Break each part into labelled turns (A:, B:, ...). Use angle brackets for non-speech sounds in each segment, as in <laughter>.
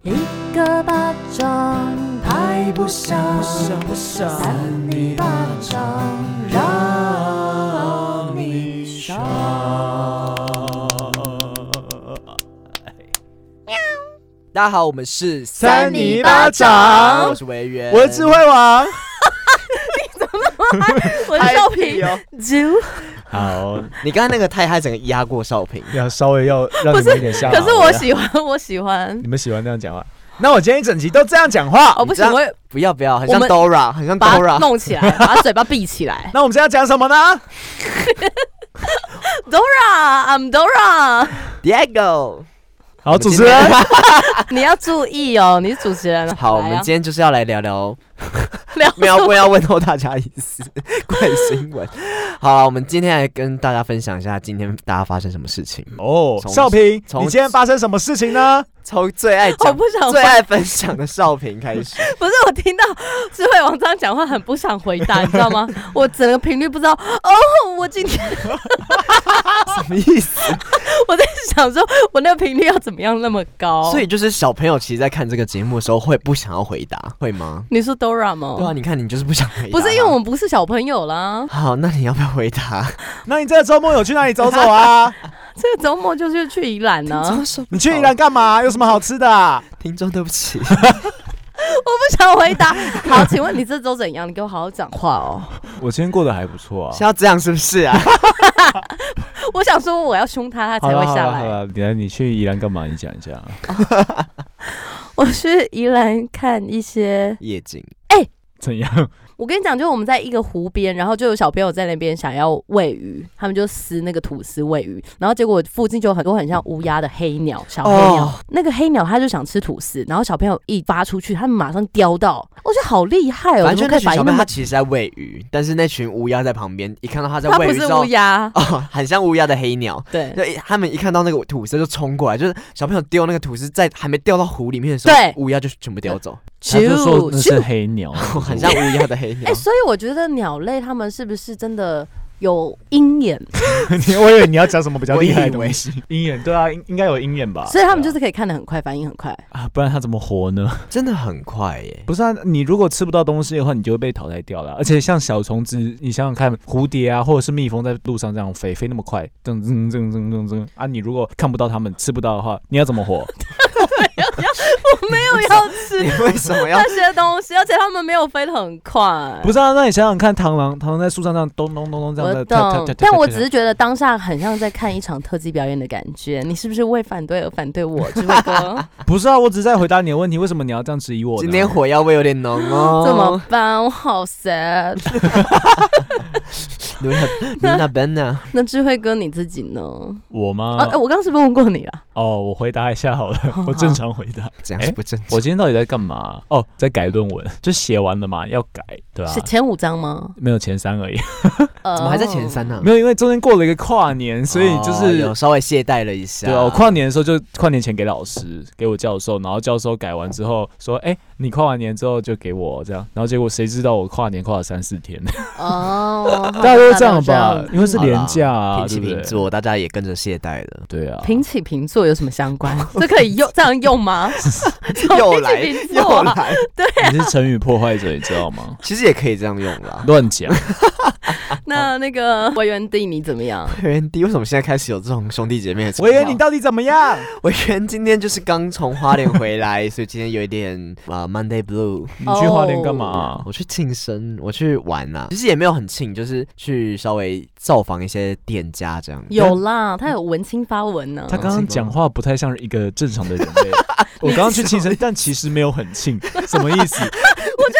A: 一个巴掌拍不响，
B: 不想
A: 扇你巴掌让你爽。
B: 大家好，我们是
A: 三尼巴掌
B: 我是维园，
C: 我的智慧王。
A: 我
B: 嗨
A: 是少平，
B: 哟
A: 啾。
C: 好，
B: 你刚刚那个太嗨，整个压过少平。
C: 要稍微要让你们有点
A: <laughs>
C: 吓。
A: 可是我，喜欢，我喜欢
C: 你。们喜欢这样讲话？那我今天一整集都这样讲话。
A: 哦，不行，
B: 你知道
A: 我会
B: 不要不要，很像
A: 我们
B: Dora，很像
A: 把它
B: Dora。<laughs>
A: 弄起来，把它嘴巴闭起来。
C: 那我们今天要讲什么呢
A: Dora，I'm Dora， <laughs>
B: Diego，
C: 好，主持人，
A: 你要注意哦，你是主持人。
B: <laughs> 好，我
A: 来
B: 们
A: 啊
B: 今天就是要来聊
A: <laughs>
B: 聊，
A: 聊
B: 没有不要问候大家隐私，怪新闻。好了，我们今天来跟大家分享一下今天大家发生什么事情。
C: 哦，
B: 从
C: 少平，
B: 从
C: 你今天发生什么事情呢？
B: 从最爱
A: 我
B: 讲、
A: 不想回
B: 最，爱分享的少平开
A: <laughs>
B: 始，
A: 不是我听到智慧王这样讲话，很不想回答，你知道
B: <laughs>
A: 吗？我整个频率不知道。哦，我今天
B: 什么意思？
A: 我在想说，我那个频率要怎么样那么高？
B: 所以就是小朋友其实，在看这个节目的时候，会不想要回答，会吗？
A: 你说 Dora
B: 对啊，
A: 吗？
B: 你看你就是不想回答。
A: 哦不是，因为我们不是小朋友啦。
B: 好，那你要不要回答？ <laughs>
C: 那你这个周末有去哪里走走啊？
A: 这个周末就是去宜兰啊呢、我
C: 你去宜兰干嘛？有什么好吃的啊？
B: 听众，对不起，
A: 不想回 <laughs> 答。好，请问你这周怎样？你给我好好讲话哦。
C: 我今天过得还不错
B: 是。要这样是不是啊？
A: <laughs> 我想说我要凶他，他才会下来。
C: 了，你来，你去宜兰干嘛？你讲一下。啊
A: 我去宜兰看一些，
B: <laughs> 夜景
C: 怎样？
A: 我跟你讲，就我们在一个湖边，然后就有小朋友在那边想要喂鱼，他们就撕那个吐司喂鱼，然后结果附近就有很多很像乌鸦的黑鸟，小黑鸟。
B: 哦
A: 那个黑鸟它就想吃吐司，然后小朋友一发出去，他们马上叼到，我觉得好厉害哦！
B: 反正就那
A: 怎么可以
B: 群
A: 反
B: 小朋
A: 应
B: 友，
A: 那
B: 他
A: 么
B: 其实在喂鱼，但是那群乌鸦在旁边，一看到他在
A: 它
B: 喂
A: 不
B: 鱼之
A: 是
B: <laughs>
A: 乌
B: 后，
A: 鸦，
B: 哦，很像乌鸦的黑 <laughs> 鸟。
A: 对
B: 就一他们一看到那个吐司就冲过来，就是小朋友丢那个吐司，在还没掉到湖里面的时候，
A: 对
B: 乌鸦就全部叼 <laughs> 走，
A: 啾啾
C: 黑
D: <laughs>
C: 鸟，
B: 很像乌鸦的黑 <laughs>
A: 哎、
B: 鸟。
A: 所以我觉得鸟类它们是不是真的有鹰眼？
C: 你我以为你要讲什么比较厉害的
B: 我以
C: 东
D: <laughs>
B: 为
C: 西。鹰眼，对啊，应应该有鹰眼吧？
A: <laughs> 所以它们就是可以看得很快，反应很快。
D: 啊，不然他怎么活呢？
B: 真的很快 <laughs> 耶，
D: <laughs> 不是啊，你如果吃不到东西的话，你就会被淘汰掉了。而且像小虫子，你想想看，蝴蝶啊，或者是蜜蜂在路上这样飞，飞那么快，噔噔噔噔噔噔啊！你如果看不到它们，吃不到的话，你要怎么活？ <laughs>
A: 我没有要
B: 你
A: 吃
B: 为什么要
A: 那些东西，而且它们没有飞得很快。
D: 不是啊，那你想想看，螳螂，螳螂在树上这样咚咚咚咚这样
A: 我
D: 在跳跳跳
A: 懂
D: 跳，
A: 但我
D: 跳
A: 只是觉得当下很像在看一场特技表演的感觉。你是不是为反对而反对我，智慧 <laughs> 哥？
D: 不是啊，我只是在回答你的问题，为什么你要这样质疑我呢？
B: <laughs> 今天火药味有点浓 <laughs> 哦？
A: 怎么办？我好 sad。 <laughs>
B: ？Luna <laughs> Luna Banana，
A: 那智慧哥你自己呢？
D: 我吗？ <laughs>
A: 啊，哎我刚刚是不是问过你啊了？
D: 哦，我回答一下 <laughs> 好了，
A: 好
D: 我正常回答。
B: 这样是不正常。
D: 哎我今天到底在干嘛？哦，在改论文，就写完了嘛，要改，对吧、
A: 是前五章吗？
D: 没有前三而已。 <laughs>
A: 呃
B: 怎么还在前三？呢？
D: 没有，因为中间过了一个跨年，所以就
B: 哦
D: 是、
B: 有稍微懈怠了一下。
D: 对啊，我跨年的时候就跨年前给老师，给我教授，然后教授改完之后说，哎、你跨完年之后就给我这样，然后结果谁知道我跨年跨了三四天，
A: 哦，
D: <laughs> 大家都这样吧，因为是
B: 好啦
D: 年假啊，
B: 平
D: 对
B: 起
D: 不
B: 平
D: 对？
B: 坐，大家也跟着懈怠了。
D: 对啊，
A: 平起平坐有什么相关？这可以用这样用吗？
B: <laughs> 又来
A: 平起平坐
B: 又
A: 啊
B: 来，？
D: 你是成语破坏者，你知道吗 <laughs>
B: 其实也可以这样用啦。
D: 乱讲，
A: 那那个维园地你怎么样？
B: 元迪为什么现在开始有这种兄弟姐妹的？
C: 我以为
B: <laughs>
C: 你，到底怎么
D: 哦
C: 样？
B: 委员今天就是刚从花莲回来，所以今天有一 <laughs> 点啊、Monday Blue。
D: 你去花莲干嘛、啊？
B: 我去庆生，我去玩啦、其实也没有很庆，就是去稍微造访一些店家这样。
A: 有啦，他有文青发文
B: 嗯
A: 呢、
D: 他刚刚讲话不太像是一个正常的人类。
B: <laughs>
D: 我刚刚去庆生，但其实没有很庆，什么意
B: <laughs>
D: 思？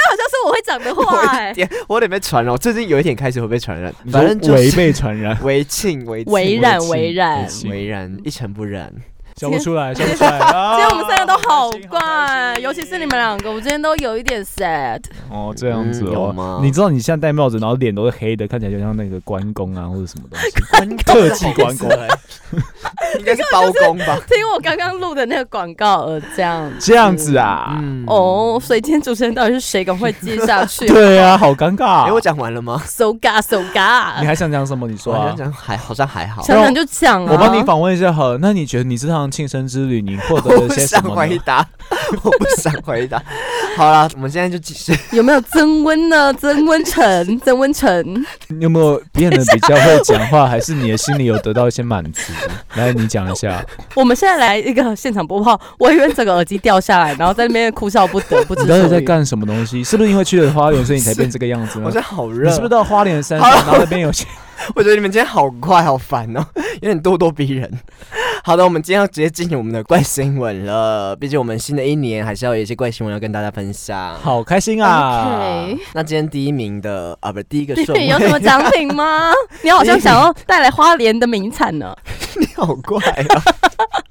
A: 好像是我会讲的
B: 我
A: 话、
B: 有
A: 哎，
B: 点，我有点被传染，我最近有一点开始会被传染，
D: 你说
B: 反正就
D: 违
B: 是
D: 背传染，
B: 微庆微庆
A: 微染
D: 微
A: 微染
D: 微。信
B: 微染一尘不染。
D: 笑不出来，笑不出来。啊
A: 今
B: <laughs>
A: 天我们三个都好怪
D: 开，心
A: 尤其是你们两个，我今天都有一点 sad。
D: 哦，这样子
B: 嗯有
D: 哦
B: 吗。
D: 你知道你现在戴帽子，然后脸都是黑的，看起来就像那个关公啊，或者什么东
B: <laughs>
D: 西。特技关公，
B: 应该是包公吧？
A: 听我刚刚录的那个广告而这样。
D: 这样子啊？
B: 嗯，
A: 哦，所以今天主持人到底是谁？赶快接下去。
D: 对啊，好尴
B: 哎，我
D: 尬。
B: 讲完了吗？
A: ，so ga so
D: 你
A: ga。
D: 还想讲什么？你说
B: 我好
D: 啊。
B: 像
A: <laughs>
B: 讲还好像还好，
A: 想想就讲啊。
D: 我帮你访问一下好了，那你觉得你这趟庆生之旅你获得
B: 我
D: 了
B: 不
D: 些
B: 想
D: 什么呢
B: 回？答，我不想回答。好了，我们现在就继续。
A: 有没有增温呢？增温成，增温成，
D: 你有没有变得比较会讲
B: <laughs>
D: 话，还是你的心里有得到一些满足？来，你讲一下，
A: 我们现在来一个现场播报。我以为整个耳机掉下来，然后在那边哭笑不得，不知
D: 你到底
A: 所
D: 在
A: 以。 <laughs>
D: 干什么东西？是不是因为去了花莲，所以你才变这个样子
B: 我
D: 呢
B: 觉？得好
D: 嗯你
B: 热，
D: 是不是到花莲山上，
B: 好了
D: 然后那边有些。
B: 我觉得你们今天好快，好烦哦，有点咄咄逼人。好的，我们今天要直接进行我们的怪新闻了。毕竟我们新的一年还是要有一些怪新闻要跟大家分享
D: 好开心啊
A: OK
B: 那今天第一名的啊，不是第一个
A: 你
B: 顺位，
A: 有什么奖品
B: <laughs>
A: 吗？你好像想要带来花莲的名产呢。
B: 你好怪啊！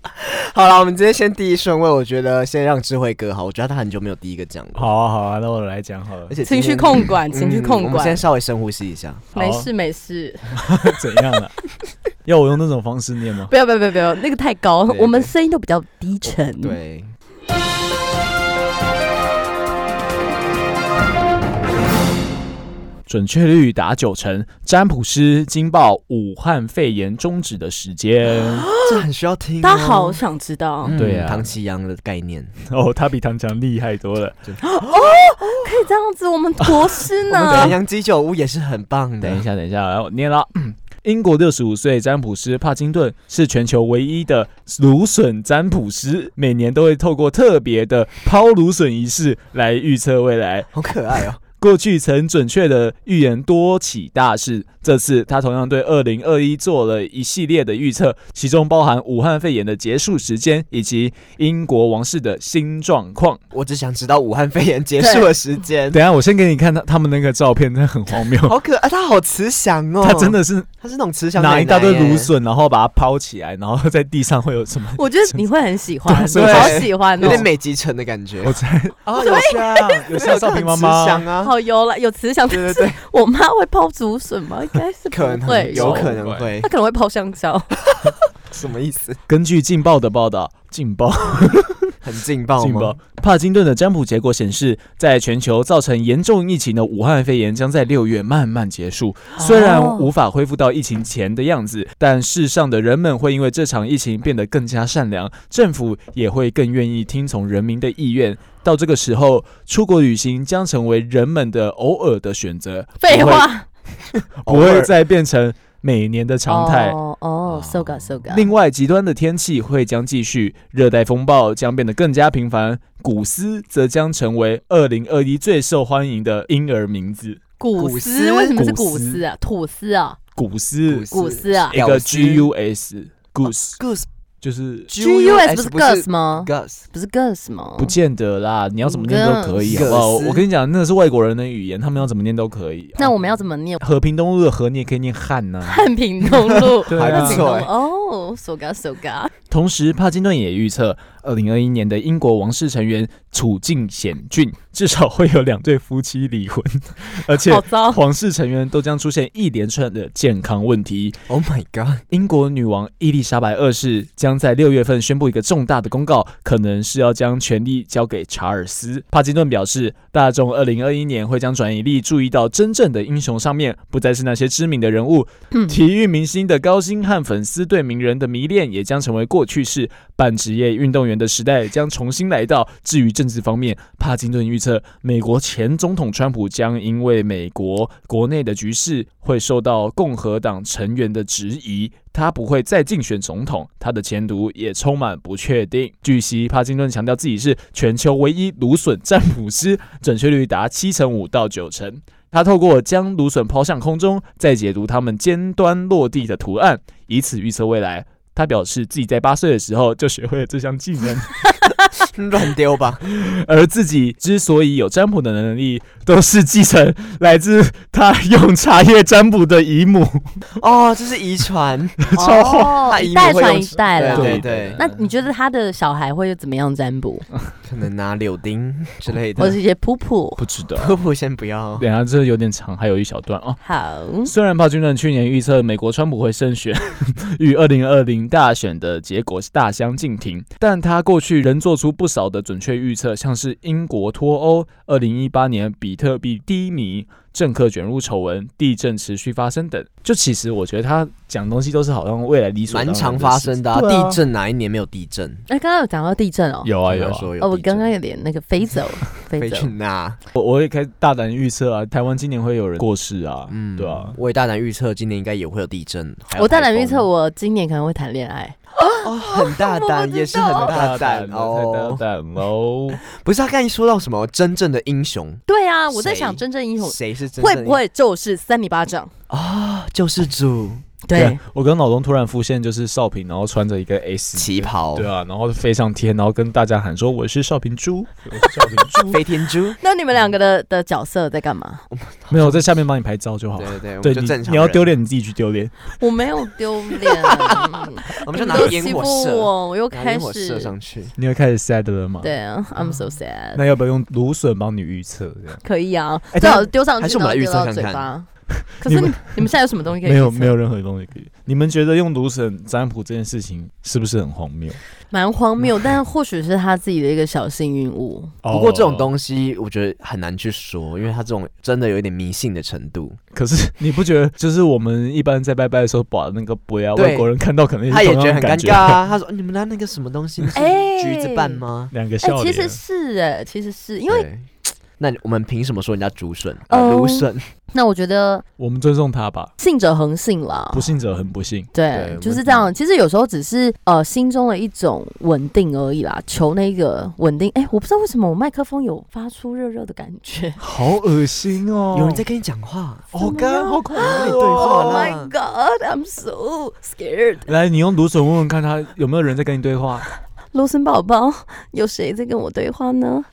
B: <laughs> 好了，我们直接先第一顺位，我觉得先让智慧哥好，我觉得他很久没有第一个讲了，
D: 好啊，好啊，那我来讲 <laughs> 好了
B: 而。且 <laughs> 今
A: 情
B: 天
A: 绪控管，
B: 嗯
A: 情绪控
B: 我们
A: 管
B: 先，稍微深呼吸一下。
D: 好
A: 没事没事，
D: 怎样啊？要我用那种方式念吗？
A: 不要不要不要不要，那个太高，
B: 对对
A: 我们声音都比较低沉。，
B: 对，
D: 准确率达九成，占卜师惊爆武汉肺炎终止的时 <gasps> 间。
B: 这很需要听、哦
A: 大家好，想知道，
B: 嗯
D: 对啊
B: 唐奇阳的概念，
D: 哦，他比唐强厉害多了。
A: 可以这样子，我们国师
B: <laughs> 我们
A: 呢
B: 唐？阳鸡酒屋也是很棒的。
D: 等一下，等一下，来我念了。 <clears throat> 英国六十五岁占卜师帕金顿是全球唯一的芦笋占卜师，每年都会透过特别的抛芦笋仪式来预测未来。
B: 好可爱哦！
D: 过去曾准确的预言多起大事，这次他同样对二零二一做了一系列的预测，其中包含武汉肺炎的结束时间以及英国王室的新状况。
B: 我只想知道武汉肺炎结束的时间。
D: 等一下，我先给你看他他们那个照片，那很荒谬，
B: 好可爱，他好慈祥哦！
D: 他真，的是
B: 他是那种慈祥奶奶
D: 拿
B: 耶
D: 一大堆芦，笋，然后把它抛起来，然后在地上会有什么？
A: 我觉得你会很喜欢，
D: 对
A: 我好喜欢
B: 有
A: 哦。
B: 点美极城的感觉。
D: 我在
B: <laughs> 哦，有像，
D: 有像少平妈妈
B: 慈祥啊，
A: 好哦有了，有慈祥，
B: 对对
A: 但
B: 对
A: 是， <laughs> 我妈会泡竹笋吗？应该是不
B: 可
A: 会
B: 能，有
A: 哦
B: 可能会
A: 她，可能会泡香蕉。
B: 什么意思？
D: 根据《劲爆》的报道，《劲爆》
B: 很劲爆
D: 劲
B: 吗
D: 爆？！帕金顿的占卜结果显示，在全球造成严重疫情的武汉肺炎将在六月慢慢结束。虽然
A: 哦
D: 无法恢复到疫情前的样子，但世上的人们会因为这场疫情变得更加善良，政府也会更愿意听从人民的意愿。到这个时候，出国旅行将成为人们的偶尔的选择，
A: 废话，
D: 不
B: 偶
D: 会，不会
B: 尔
D: 再变成每年的常态。
A: 哦哦，so ga so ga。
D: 另外，极端的天气会将继续，热带风暴将变得更加频繁，古斯则将成为二零二一最受欢迎的婴儿名字。
A: 古
B: 古
A: 斯
B: 斯
A: 为什么是古
D: 古斯
A: 斯啊？吐司啊，
D: 古斯，
A: 古斯哦啊
D: 一个 G U S goose
B: Goose
D: 就是
A: ，GUS 不是
B: Goose
A: Gus 吗？
B: Gus，
A: 不是 Gus 吗？
D: 不见得
A: 哦
D: 啦，你要怎么念都可以，好
A: 嗯
D: 不好？
B: 格斯
D: 我跟你讲，那是外国人的语言，他们要怎么念都可以。
A: 那我们要怎么
B: <laughs>
A: 念？
D: 和平东路的和你也可以念汉
A: <laughs>
D: 呐、。
A: 汉平东路
D: 对
B: 还
D: 啊
B: 不
A: 汉平
B: 错
A: 东
B: 哎
A: 路哦，so ga so ga。
D: 同时，帕金顿也预测，二零二一年的英国王室成员处境险峻，至少会有两对夫妻离婚，而且
A: 好糟，
D: 皇室成员都将出现一连串的健康问题。
B: ，Oh my God，
D: 英国女王伊丽莎白二世将在六月份宣布一个重大的公告，可能是要将权力交给查尔斯。帕金顿表示，大众二零二一年会将转移力注意到真正的英雄上面，不再是那些知名的人物。
A: 嗯
D: 体育明星的高薪和粉丝对名人的迷恋也将成为过去式。半职业运动员的时代将重新来到。至于政治方面，帕金顿预测，美国前总统川普将因为美国国内的局势会受到共和党成员的质疑，他不会再竞选总统，他的前途也充满不确定。据悉，帕金顿强调自己是全球唯一芦笋占卜师，准确率达七成五到九成。他透过将芦笋抛向空中，再解读它们尖端落地的图案，以此预测未来。他表示自己在八岁的时候就学会了这项技能，
B: 乱丢吧，
D: 而自己之所以有占卜的能力，都是继承来自他用茶叶占卜的姨母。
B: 哦，这是遗传，
D: 超
A: 哦，
B: 他
A: 一
B: 姨
A: 代
B: 母会
A: 传
B: 用
A: 一代
B: 对
A: 了。
B: 对
D: 对
B: 嗯对，
A: 那你觉得他的小孩会怎么样占卜，
B: 可能拿柳丁之类
A: 或
B: 的
A: 是。一些噗噗？
D: 不知道，
B: 科普先不要
D: 等，一下这有点长，还有一小段哦。
A: 好，
D: 虽然帕金顿去年预测美国川普会胜选， <laughs> 与二零二零大选的结果大相径庭，但他过去仍做出不少的准确预测，像是英国脱欧、二零一八年比特币低迷、政客卷入丑闻、地震持续发生等。就其实我觉得他讲东西都是好像未来理所当
B: 蛮
D: 然
B: 常
D: 的
B: 发
D: 事情
B: 生的、啊。
D: 对啊
B: 地震哪一年没有地震？
A: 哎，刚刚有讲到地震哦，
D: 有啊有
B: 有
D: 啊，
B: 说有
A: 哦，我
B: 地震
A: 刚刚有点那个飞走，飞
B: <laughs> 飞
A: 走
B: 去。哪？
D: 我我也可以大胆预测啊，台湾今年会有人过世啊，
B: 嗯，
D: 对啊，
B: 我也大胆预测，今年应该也会有地震。还有
A: 我大胆
B: 台风
A: 预测，我今年可能会谈恋爱。
B: 哦，很大
A: 我
B: 胆，
A: 不知
B: 也是很
A: 道
B: 哦大
D: 了太
B: 胆
D: 大
B: 哦。
D: 胆喽！
B: 不是他刚才说到什么真正的英雄，
A: 对啊，我在想
B: 谁
A: 真正英雄
B: 谁是真正
A: 会
B: 的
A: 不会就是三里巴掌？
B: 啊？救世主
A: 对，，
D: 啊我刚脑中突然浮现就是少平，然后穿着一个 S，
B: 旗袍
D: 对，啊，然后飞上天，然后跟大家喊说我是少平猪， <laughs> 我是少平猪，
B: <laughs> 飞天猪。
A: 那你们两个的的角色在干嘛？
D: <laughs> 没有我在下面帮你拍照就好
B: 对
D: 了。
B: 对
D: <laughs>
B: 对，我
D: 哦对
B: 们就
D: 你
B: 正常人。
D: 你要丢脸你自己去丢脸，
A: 我没有丢
B: <laughs>
A: 脸，
B: 我
A: 我
B: 们就拿烟火射，
A: 我，我又
B: 拿
A: 开
B: 烟火射
A: 始
B: 上去。
D: 你要开始 sad 了吗？
A: 对，啊，I'm so sad。
D: 那要不要用芦笋帮你预测？这样
A: 可以啊，
D: 哎
A: 最
D: 但
A: 好丢上去，
B: 还是我们来
A: 然后丢到
B: 预测
A: 嘴
B: 看看
A: 巴。 <laughs> 可
D: 你
A: 是你
D: 们
A: 你们现在有什么东西可以？
D: 没有没，有任何东西可以。你们觉得用芦笋占卜这件事情是不是很荒谬？
A: 蛮荒谬，但或许是他自己的一个小幸运物。
D: 哦
B: 不过这种
D: 西。
B: 东西我觉得很难去说，因为它这种真的有一点迷信的程度。
D: 可 <laughs> 是你不觉得，就是我们一般在拜拜的时候把那个杯啊，
B: 对
D: 外国人看到可能
B: 他也
D: 同
B: 觉
D: 样
B: 得
D: 的感
B: 很尴
D: 觉
B: 尬，啊。他说：“你们拿那个什么东西？是
A: 哎
B: 橘子瓣吗
D: 两个
A: 哎、
D: 笑
A: 其
D: 脸。
A: 实是哎，其实是？”因为
B: 对。那我们凭什么说人家竹笋？
A: 哦
B: 呃，芦笋
A: 那我觉得
D: 我们尊重他吧，
A: 信者恒信啦，
D: 不信者很不信。
A: 对
B: 对，
A: 就是这样。其实有时候只是呃心中的一种稳定而已啦，求那个稳定。哎、我不知道为什么我麦克风有发出热热的感 <laughs> 觉。
D: 好恶心哦
B: 有人在跟你讲话，
D: 好干，好恐怖
B: 跟你
D: 哦。
B: 对话
A: Oh my
B: 啦。
A: god, I'm so scared。
D: 来，你用芦笋问问看他有没有人在跟你对话。
A: 罗森宝宝，有谁在跟我对话呢？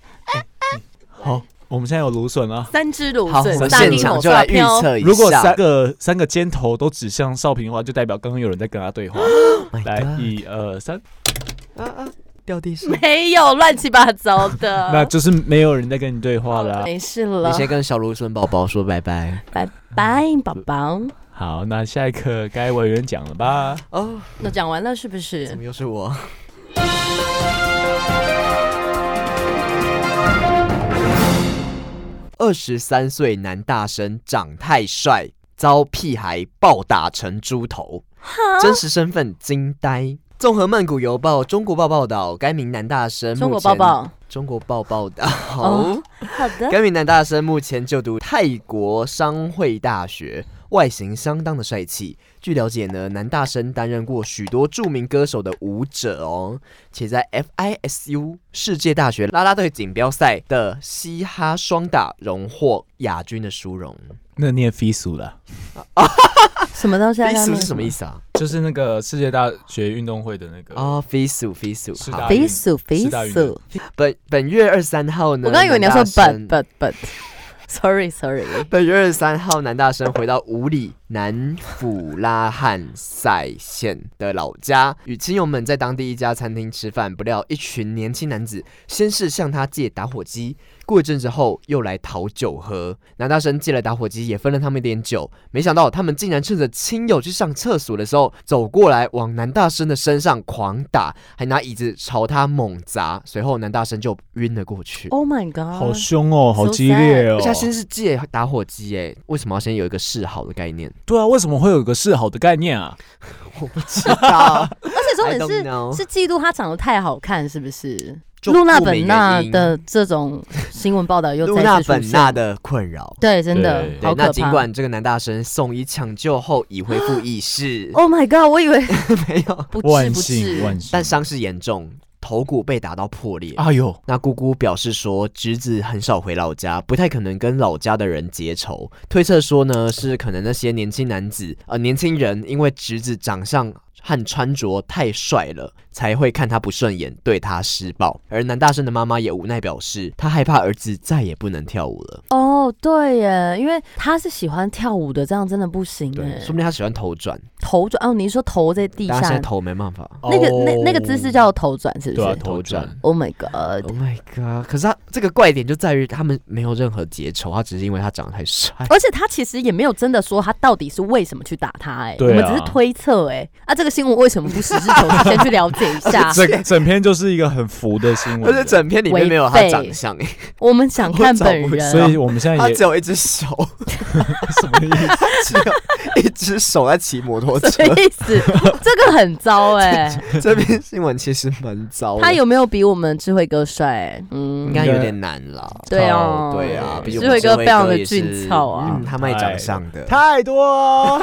D: 好，我们现在有芦笋了。
A: 三只芦
B: 好，我
A: 笋，
B: 们
A: 大
B: 现
A: 柠
B: 场
A: 檬
B: 就
A: 刷
B: 来预
A: 飘。
B: 测一下。
D: 如果三个三个尖头都指向少平的话，就代表刚刚有人在跟他对 <laughs> 话。
B: Oh My
D: 来，
B: God
D: 一二三，
B: 啊啊，掉地上。
A: 没有乱七八糟
B: <laughs>
A: 的，
D: 那就是没有人在跟你对话了。
A: 没事
B: 你
A: 了，
B: 先跟小芦笋宝宝说拜拜
A: 拜拜，宝宝。
D: 好，那下一刻该委员讲了吧？
B: 哦。
A: 那讲完了是不是
B: 怎？么又是我？ <laughs> 二十三岁男大生长太帅，遭屁孩暴打成猪头，真实身份惊呆。综合曼谷邮报、中国报报道，该名男大生
A: 中国
B: 目前
A: 抱抱，
B: 中国报报道。
A: 哦好的。
B: 该名男大生目前就读泰国商会大学，外形相当的帅气。据了解呢，男大生担任过许多著名歌手的舞者哦，且在 FISU 世界大学啦啦队锦标赛的嘻哈双打荣获亚军的殊荣。
D: 那念飞鼠了。
A: 什么东西啊？
B: 飞鼠
A: 刚
B: 是
A: 刚
B: 什么意思啊？
D: 就是那个世界大学运动会的那个
B: 哦，飞鼠，飞鼠。
D: 是
B: 好
D: 的，
A: 飞鼠，飞
D: 是大鱼的
A: 鼠。
B: 本本月二十三号呢，
A: 我刚以为你要说
B: 男大生
A: but but but。Sorry Sorry。
B: 本月二十三号，男大生回到五里南府拉汉塞县的老家，与亲友们在当地一家餐厅吃饭。不料，一群年轻男子先是向他借打火机，过一阵子后又来讨酒喝。男大生借了打火机，也分了他们一点酒。没想到他们竟然趁着亲友去上厕所的时候走过来，往男大生的身上狂打，还拿椅子朝他猛砸。随后，男大生就晕了过去。
A: Oh my god！
D: 好凶哦，
A: So
D: 好激烈哦
B: 而且。他先是借打火机，哎，为什么要先有一个示好的概
A: <laughs>
B: 念？
D: 对啊，为什么会有个示好的概念啊？
B: 我不知道，
A: 而且 <laughs> 重
B: I
A: 点
B: don't
A: 是
B: know
A: 是嫉妒他长得太好看，是不是？
B: 就
A: 露娜
B: 不明
A: 本纳
B: 原因
A: 的这种新闻报道又
B: <laughs> 露
A: 再
B: 娜
A: 次出
B: 本
A: 现
B: 纳的困扰。
A: 对，真的
D: 对
B: 对
A: 好，
B: 那
A: 可
B: 尽
A: 怕。
B: 管这个男大生送医抢救后已恢复意识，
A: Oh my god！我以为
B: 没有，
A: 不治
D: 万
A: 不
D: 幸
A: 治，
D: 万幸！
B: 但伤势严重，头骨被打到破裂。
D: 哎呦，
B: 那姑姑表示说，侄子很少回老家，不太可能跟老家的人结仇。推测说呢，是可能那些年轻男子，呃，年轻人因为侄子长相和穿着太帅了，才会看他不顺眼，对他施暴。而男大生的妈妈也无奈表示，她害怕儿子再也不能跳舞了。
A: 哦，对耶，因为他是喜欢跳舞的，这样真的不行
D: 嗯
A: 哎。
B: 说不定他喜欢头转，
A: 头转哦，你说头在地
B: 但他现在
A: 下，
B: 头没办法。
A: 那个那那个
D: 哦
A: 姿势叫头转，是不
D: 对啊，
A: 是
D: 头转。
A: ？Oh my god！
B: Oh my god！可是他这个怪点就在于他们没有任何结仇，他只是因为他长得太帅。
A: 而且他其实也没有真的说他到底是为什么去打他，哎，我
D: 对啊
A: 们只是推测，哎，啊，这个个新闻为什么不实事求是，先去了解一
B: <laughs>
A: 下
B: 而且？
D: 哦整整篇就是一个很浮的
B: <laughs>
D: 新
B: 而且
D: 闻，
B: 整篇里面没有他
A: 违背
B: 长相，哎
A: 我们想看本
B: 我
A: 人，哦啊
D: 所以我们现在
B: 他
D: 也
B: 只有一只手， <laughs>
D: 什么意思？
B: 只有一只手在骑摩托
A: 什
B: 车。
A: <laughs> 么意
B: <laughs>
A: 思？这个很糟哎、
B: 这篇新闻其实蛮糟的，
A: 他有没有比我们智慧哥帅？
B: 应
A: 嗯，
B: 该有点难啦。
A: 对啊，
B: 对啊，毕竟我
A: 智
B: 们
A: 慧哥非常的
B: 也是
A: 俊俏啊
B: 嗯，。他卖长相的。
D: <laughs> 太多，哦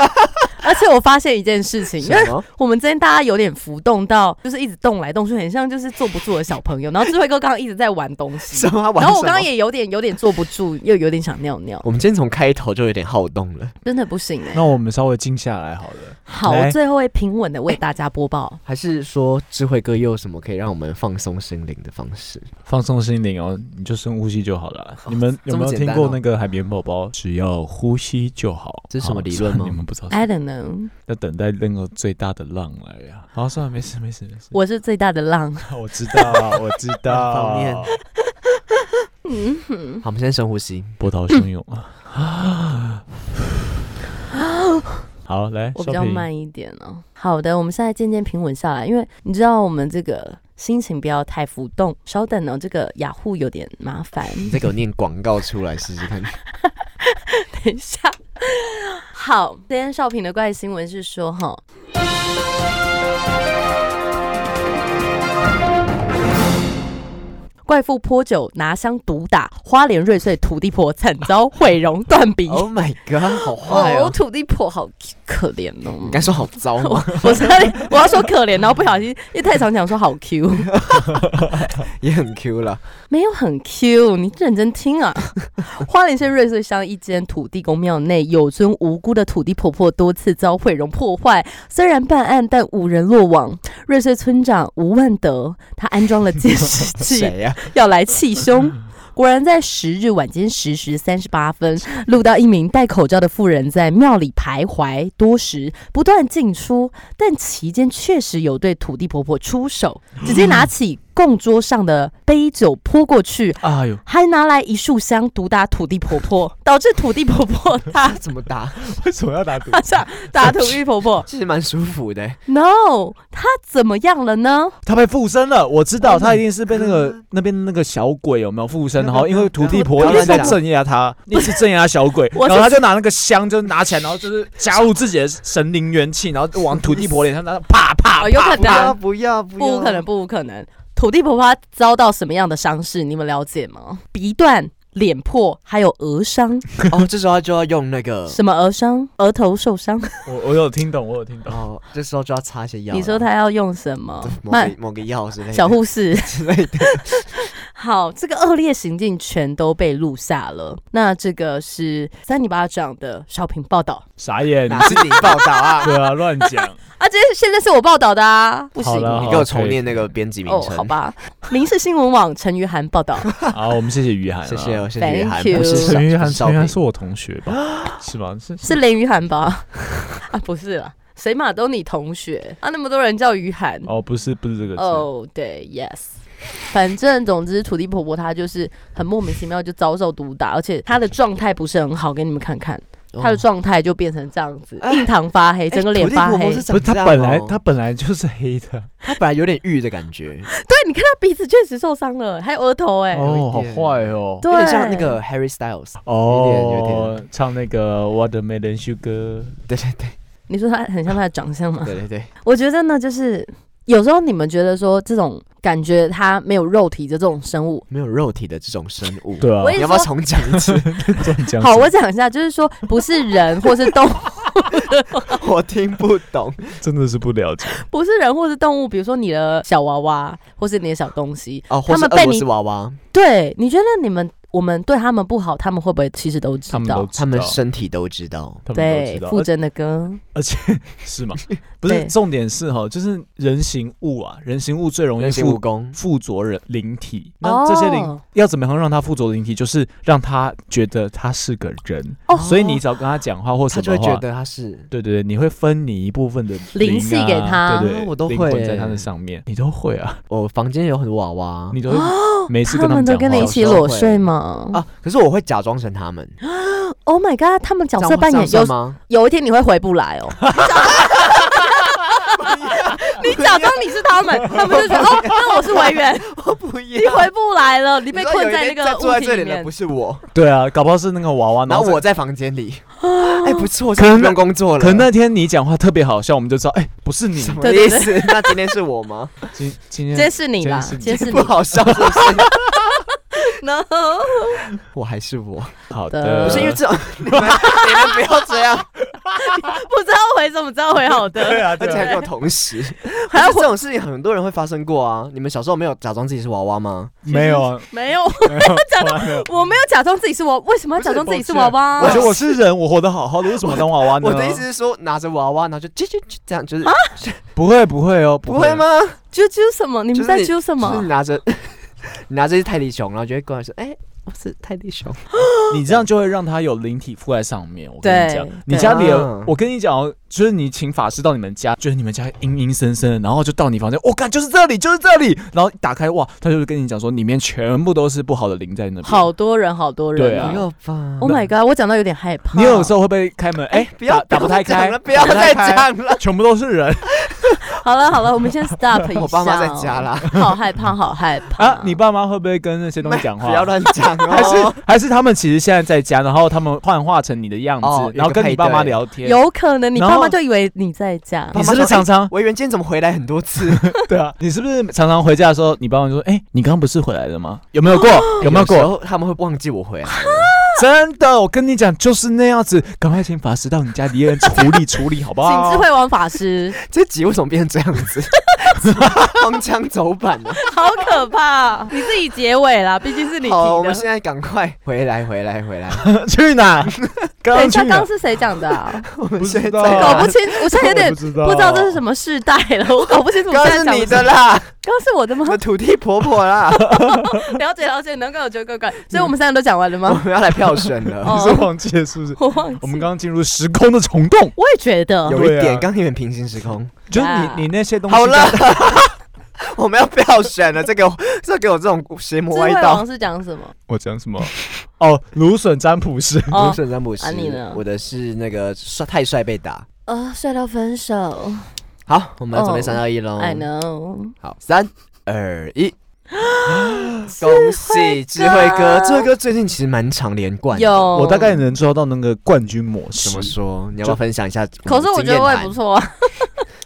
A: 而且我发现一件事情，因为
B: 什么？
A: 我们今天大家有点浮动到，就是一直动来动去，很像就是坐不住的小朋友。然后智慧哥刚刚一直在玩东西
B: <laughs> <laughs> 什，么？
A: 然后我
B: 玩
A: 刚
B: 什
A: 刚
B: 么
A: 也有点有点坐不住，又有点想尿尿，
B: 我们今天从开头就有点好动了，
A: 真的不行哎、
D: 那我们稍微静下来好了。
A: 好，
D: 来
A: 我最后会平稳的为大家播报。
B: <laughs> 还是说智慧哥又有什么可以让我们放松心灵的方式？
D: 放松心灵哦，你就深呼吸就好了。你们有没有
B: 这么简
D: 听
B: 单哦
D: 过那个海绵宝宝？只要呼吸就好，
B: 这是什么
D: 好
B: 理论吗
D: 你们不知道，
A: I don't know，
D: 要等待任何最大的浪来呀、好，算了，没事没事没事。
A: 我是最大的浪。
D: <laughs> 我知道，啊我知
B: 方
D: 道
B: 面。
A: 嗯哼，
B: 好，我们先深呼吸。
D: 波涛汹涌啊！好，来，
A: 嗯我比
D: 双
A: 较
D: 平
A: 慢一点哦。好的，我们现在渐渐平稳下来，因为你知道我们这个心情不要太浮动。稍等哦，这个雅虎有点麻烦。
B: 你再给我念广告出来试试看。
A: 等一下。好，今天少平的怪新闻是说哈。怪妇泼酒拿香毒打花莲瑞穗土地婆，惨遭毁容断鼻。
B: <laughs> Oh my god，好坏
A: 哦
B: 哦！
A: 土地婆好可怜哦
B: <laughs> 你。刚说好糟吗？
A: 我差点我要说可怜，然后不小心，因为太常讲说好
B: <laughs>
A: Q，
B: 也很 Q 了。
A: 没有很 Q，你认真听啊。 <laughs> 花莲县瑞穗乡一间土地公庙内，有尊无辜的土地婆婆多次遭毁容破坏，虽然办案，但五人落网。瑞穗村长吴万德，他安装了监视
B: <laughs>
A: 器，
B: 谁呀？啊
A: 要来气胸。果然，在十日晚间十时三十八分，录到一名戴口罩的妇人在庙里徘徊多时，不断进出，但期间确实有对土地婆婆出手，直接拿起供桌上的杯酒泼过去，
D: 哎
A: <laughs>
D: 呦，
A: 还拿来一束香毒打土地婆婆，导致土地婆婆打
B: 怎么打？
D: 为什么要打赌？
A: 打下打土地
B: <laughs>
A: 婆婆。
B: 其实蛮舒服的。欸
A: No，她怎么样了呢？
D: 他被附身了，我知道
B: Oh my
D: 他一定是被那个
B: God
D: 那边那个小鬼有没有附身，
B: 不要
D: 然后
B: 不要
D: 因为土地婆
B: 不要
D: 一直在
B: 不要
D: 镇压
A: <laughs>
D: 他，一直镇压小鬼，
A: 我
D: 然
A: 是
D: 后他就拿那个香就拿起来，然后就是加入自己的神灵元气，然后就往土地婆脸上拿，啪啪
A: 哦，有 <laughs>
D: 啪，
A: 可能，
B: 不要不
A: 不可能，不可能！土地婆婆她遭到什么样的伤势？你们了解吗？鼻断、脸破，还有额伤。
B: 哦，这时候他就要用那个
A: 什么额伤？额头受伤。
D: 我我有听懂，我有听懂，
B: 哦，这时候就要擦一些药了。
A: 你说她要用什么
B: 对？某
A: 慢
B: 个某个药之类的
A: 小护士。
B: <laughs> 之类的。
A: <laughs> 好，这个恶劣行径全都被录下了。那这个是三里巴掌的小品报道
D: 傻
A: <laughs>
D: 眼，
B: 哪是你报道啊？
D: 对啊，乱讲，
A: 啊，这现在是我报道的啊，不
D: 好
A: 行。
D: 了
B: 你给我重念那个编辑名
A: 哦，
B: 称。
A: 好，吧，民事新闻网陈于涵报道，
D: 好，我们谢谢于涵啊，
B: 谢谢哦，谢谢
A: Thank
B: 雨涵
A: you
B: 不是
D: 陈于涵，
B: 少
D: 陈于涵
B: 平
D: 是我同学吧？是吗？是
A: <laughs> 是林于涵吧？ <laughs> 啊，不是啦，谁嘛都你同学啊，那么多人叫于涵。
D: 哦，不是，不是这个字，
A: 嗯哦，对，yes。反正总之，土地婆婆她就是很莫名其妙就遭受毒打，而且她的状态不是很好，给你们看看，
B: 哦
A: 她的状态就变成这样子，
B: 哎
A: 印堂发黑，
B: 哎
A: 整个脸
B: 土地
A: 发
B: 婆
A: 黑
B: 婆。是
D: 不是
B: 长这
D: 他
B: 样
D: 本来
B: 哦
D: 他本来就是黑的，
B: 他本来有点郁的感觉，
A: 对，你看她鼻子确实受伤了，还有额头、哎、
D: 哦，
B: 有
D: 好
B: 一点
D: 坏哦，
A: 对，
B: 有点像那个 Harry Styles。有点有
D: 哦，唱那个 Watermelon Sugar，
B: 对对对
A: 你说她很像她的长相吗？
B: 对对对，
A: 我觉得呢，就是有时候你们觉得说这种感觉它没有肉体的这种生物，
B: 没有肉体的这种生物。
D: 对啊
A: 我，也
B: 你要不要重讲一
A: <laughs>
B: 次？
D: <laughs> 这样讲
A: 好，
D: 什么
A: 我讲一下，就是说不是人或是动物 <laughs>
B: 我听不懂。
D: 真的是不了解，
A: 不是人或是动物，比如说你的小娃娃或是你的小东西，
B: 哦，或
A: 他
B: 是
A: 们
B: 俄
A: 被
B: 罗
A: 你
B: 斯娃娃，
A: 对，你觉得你们我们对他们不好，他们会不会其实都知
D: 他们都
A: 道？
D: 知
B: 他们
D: 道
B: 身体都知道。
D: 他们都
A: 对
D: 知，道，
A: 傅
D: 而
A: 真的歌，
D: 而且是吗？不是
A: 对，
D: 重点是哈，就是人形物啊，人形物最容易
B: 人形蜈
D: 附
B: 蚣，
D: 附着人灵体，
A: 哦
D: 那这些灵要怎么样让他附着灵体？就是让他觉得他是个人，
A: 哦
D: 所以你只要跟他讲话或
B: 他
D: 什
B: 就
D: 么
B: 会觉
D: 话。
B: 得他是。
D: 对对对，你会分你一部分的
A: 灵
D: 啊
A: 气给他
D: 对对，
B: 啊我都
D: 灵魂
B: 会欸
D: 在他的上面，你都会啊，
B: 我哦房间有很多娃娃
D: 你都
A: <gasps>
D: 会每次
A: 他
D: 跟他
A: 们
D: 们
A: 都
D: 讲
A: 跟你一
D: 话，
A: 起裸睡吗、
B: 啊，可是我会假装成他们。
A: o h my god，他们角
B: 这
A: 色
B: 样
A: 扮演
B: 这样
A: 有
B: 算吗？
A: 有一天你会回不来哦。假装 <laughs> 你是他们，他们就觉得哦，那我是维
D: <laughs>
A: 园，
B: 我不要
A: 你。回不来了，你被
B: 知道有
A: 困
B: 一
A: 在那
B: 天在
A: 个
B: 坐
A: 物
B: 在
A: 体
B: 这
A: 里
B: 里的
A: 面
B: 不。是我，
D: 对啊，搞不好是那个娃娃，
B: 然
D: 然
B: 后
D: 后
B: 我在房间里。
A: 啊
B: 哎，不错，现在
D: 可
B: 不
D: 能
B: 用工作了。
D: 可能那天你讲话特别好笑，我们就知道，哎，不是你，
B: 什么
A: 对对
B: 意
A: 对
B: 思？
A: <laughs>
B: 那今天是我吗？
D: 今今
A: 今天
D: 天
A: 是你啦，
D: 今
A: 今
D: 天 <laughs>
A: 天是你
B: 不。好笑是不是？
A: No
B: 我还是我，
D: 好
A: 呃
D: 的，
B: 不是因为这种，你们你们不要这样，
A: 不知道回怎么知道回好的，
C: 对啊，
B: 而
C: 对
B: 且
C: 啊，
B: 还跟我同时。
A: 还要
B: 可是这种事情很多人会发生过啊！你们小时候没有假装自己是娃娃吗？
D: 没有
B: <laughs>
D: 啊，
A: 没有，我没有假装，我没有假装自己是我，为什么要假装自己是娃娃
D: 我？觉得我是人，我活得好好的，为什么当娃娃呢？
B: 我的意思是说，拿着娃娃，然后就啾啾啾这样，就是
A: 啊
D: 不会不会哦，
B: 不会？吗？
A: 揪揪什么？你
B: 就
A: 们
B: 是
A: 在
B: 就
A: 揪什
B: 是
A: 么
B: 你？拿着 <laughs> 你拿着一只泰迪熊，然后就会过来说：“哎，我是泰迪
D: <laughs>
B: 熊。
D: 你这样就会让它有灵体附在上面。我跟你讲
A: 对，
D: 你家里有
B: 对啊，
D: 我跟你讲哦，就是你请法师到你们家，就是你们家阴阴森森的，然后就到你房间，我、看就是这里，就是这里，然后一打开哇，他就跟你讲说里面全部都是不好的灵在那边。
A: 好，多人，好多人
D: 对
A: 哦。
D: 啊
B: 没有吧？
A: Oh my god！我讲到有点害怕。
D: 你有时候会不会开门？哎、
B: 不要
D: 打打不太
B: 再讲
D: 开
B: 了，不要
D: 打不太
B: 再
D: 开，
B: 讲
D: <laughs>
B: 了。
D: 全部都是
B: <laughs>
D: 人
A: 好了好了，我们先 stop 一下。哦
B: 我爸妈在家。啦，
A: 好害怕，好害怕
D: 啊！你爸妈会不会跟那些东西讲话？
B: 不要乱
D: <laughs>
B: 讲
D: 还
B: 哦。
D: 是还是他们其实现在在家，然后他们幻化成你的样子，
B: 哦有一个
D: 然后跟你爸妈
B: 配对
D: 聊天。
A: 有可能你
D: 然
A: 爸妈
D: 后
A: 就以为你在家。
D: 你是
B: 哎
D: 不是常常
B: <laughs> 维园今天怎么回来很多次？ <laughs>
D: 对啊，你是不是常常回家的时候，你爸妈就说：“哎、你刚刚不是回来了吗？有没有过？ <laughs> 有没有
B: 哦时
D: 过
B: 候他们会忘记我回来。？”
D: 真的，我跟你讲，就是那样子。赶快请法师到你家里面处理处理，好不
A: 请智
D: 好？
A: 慧王法师，
B: 这集为什么变成这样子？ <laughs> 荒腔走板啊呢？
A: 好可怕！你自己结尾啦，毕竟是你提
B: 好，我们
A: 的。
B: 现在赶快回来，回来，
D: <laughs>
B: 回来。
D: 去哪？刚
A: 等
D: 刚
A: 一
D: 去
A: 下，
D: 哪
A: 刚？是谁讲的啊？
B: 我们
D: 不
B: 现在
D: 知道
B: 在
D: 啊
A: <laughs> 搞
B: 哪 <laughs>
A: 不清，我现在有点
D: 不知道啊
A: 不知道这是什么世代了，我搞不清楚。
B: 刚刚是你的，
A: <laughs>
B: 啦，
A: 刚是我的吗
B: <laughs> 我？们土地婆婆
A: <laughs>
B: 啦，
A: 了解了解，能够有觉得怪怪。
B: 嗯
A: 所以我们三个都讲完了
B: 我
A: 吗？
B: 们要来票选
A: 哦
B: 了。
D: 你是忘记了是
B: 嗯
D: 不是？
A: <laughs> 我忘记。
D: 我们刚刚进入时空的虫洞，
A: 我也觉得
B: 有一
D: 对
B: 点，
D: 啊
B: 刚刚有点平行时空。
D: 就是
A: 啊
D: 你你那些东西。
B: 好了，， <laughs> 我们要票选了，这个这给我这种邪魔
A: 智
B: 歪
A: 慧
B: 道
A: 王。是讲什么？
D: 我讲什么？哦，芦笋占卜师。
B: 不
A: 哦
B: 是詹姆斯
A: 啊你呢，
B: 我的是那个帅太帅被打。
A: 呃，帅到分手
B: 哦好，我们要准备
A: 哦
B: 三二一喽。
A: ，I know。
B: 好，三二
A: <gasps>
B: 一。恭喜智慧哥，智慧哥最近其实蛮常连贯的。
A: 有，
D: 我大概能抓到那个冠军模
B: 怎
D: 式
B: 么，说？你要不要分享一下？
A: 可是我觉得我也不。错啊，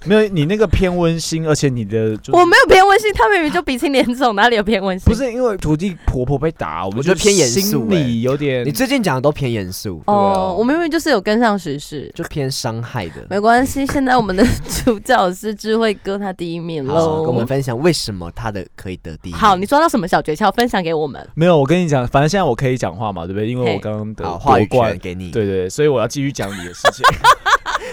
D: 没有你那个偏温馨，而且你的就是
A: 我没有偏温馨，他明明就鼻青脸肿，哪里有偏温馨？
D: 不，是因为土地婆婆被打，我
B: 我
D: 们
B: 觉得
D: 就
B: 偏严肃
D: 心
B: 欸
D: 里有点
B: 你最近讲的都偏严肃，
D: 对啊
A: 哦，我明明就是有跟上时事。
B: 就偏伤害的。
A: 没关系，现在我们的 <laughs> 主角是智慧哥，他第一名
B: 好，跟我
A: 喽
B: 们。分享为什么他的可以得第一。
A: 好，你抓到什么小诀窍，分享给我们。
D: 没有，我跟你讲，反正现在我可以讲话嘛，对不对？因为
A: 嘿
D: 我刚刚得
B: 好话
D: 夺
B: 语
D: 冠
B: 权，给你。
D: 对对对，所以我要继续讲你的事情。
B: <laughs>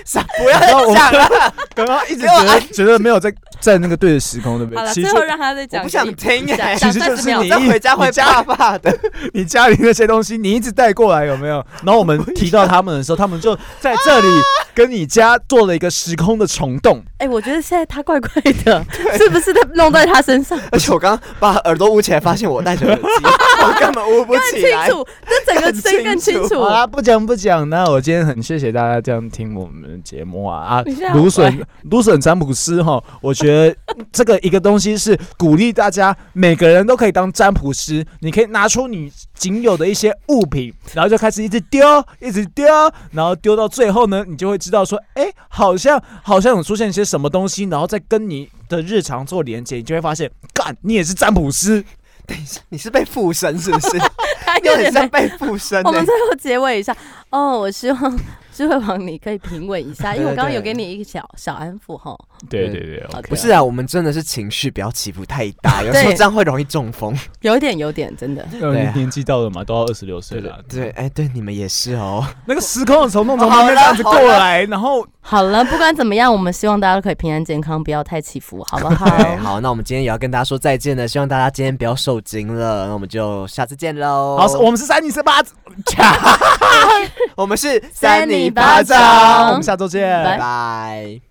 B: 傻，不要再 <laughs> 讲了，
D: 刚刚一直
B: 给我
D: 觉得觉得没有在在那个对的时空，对不
A: 好
D: 对？
A: 了，
D: 其
A: 最
D: 实
A: 后让他再
B: 我
A: 讲
B: 不
A: 一。
B: 想听哎、
A: 讲
D: 其实
A: 讲
D: 就是
A: 30
D: 你
A: 秒
B: 这回家会怕怕 <laughs> 的。
D: 你家里那些东西，你一直带过来，有没有？然后我们提到他们的时候，他们就在这里跟你家做了一个时空的虫洞。
A: 哎，我觉得现在他怪怪的，是不是他弄在他身上？
B: 而且我刚把耳朵捂起来，发现我戴着耳机，我根本捂不
A: 更
B: 起
A: 清
B: 来。
A: 楚，这整个
B: 更
A: 声音更
B: 清
A: 清 <laughs>
B: 楚
A: 楚
D: 好。啦，不讲不讲，那我今天很谢谢大家这样听我们的节目啊啊
A: <laughs> 你现在！好
D: 芦笋 <laughs> 芦笋占卜师哈，我觉得这个一个东西是鼓励大家每个人都可以当占卜师，你可以拿出你仅有的一些物品，然后就开始一直丢，一直丢，然后丢到最后呢，你就会知道说，哎、好像好像有出现一些什么东西，然后再跟你的日常做连接，你就会发现，干，你也是占卜师。
B: 你是被附身是不是？
A: 他
B: 有
A: 有
B: 点
A: 点
B: 像
A: 在。
B: 被附身、
A: 我们
B: 欸
A: 最。后结尾一下哦，我希望 <laughs> 智慧王你可以平稳一下，因为我刚刚有给你一个小小安抚哈。
B: 对对
D: 对
A: 好的
B: 不是啊，我啊们真的是情绪不要起伏太大，有时候
A: 对
B: 这样会容易中风。
A: 有一点，有点，真的。
D: 呃
B: 对啊
D: 年纪到了嘛，都要二十六岁
B: 对
D: 了
B: 的，，对，哎，对，你们也是哦。
D: 那个时空的虫洞从旁边这样子过来，然后
A: 好了，不管怎么样，我们希望大家都可以平安健康，不要太起伏，好不
B: <laughs>
A: 好？
B: 对，好，那我们今天也要跟大家说再见了，希望大家今天不要受惊了，那我们就下次见喽。
D: 好，我们是三零四八，
B: 我们是
A: 三里
B: 里
A: 八掌
D: 我们下周见，
A: 拜
B: 拜拜。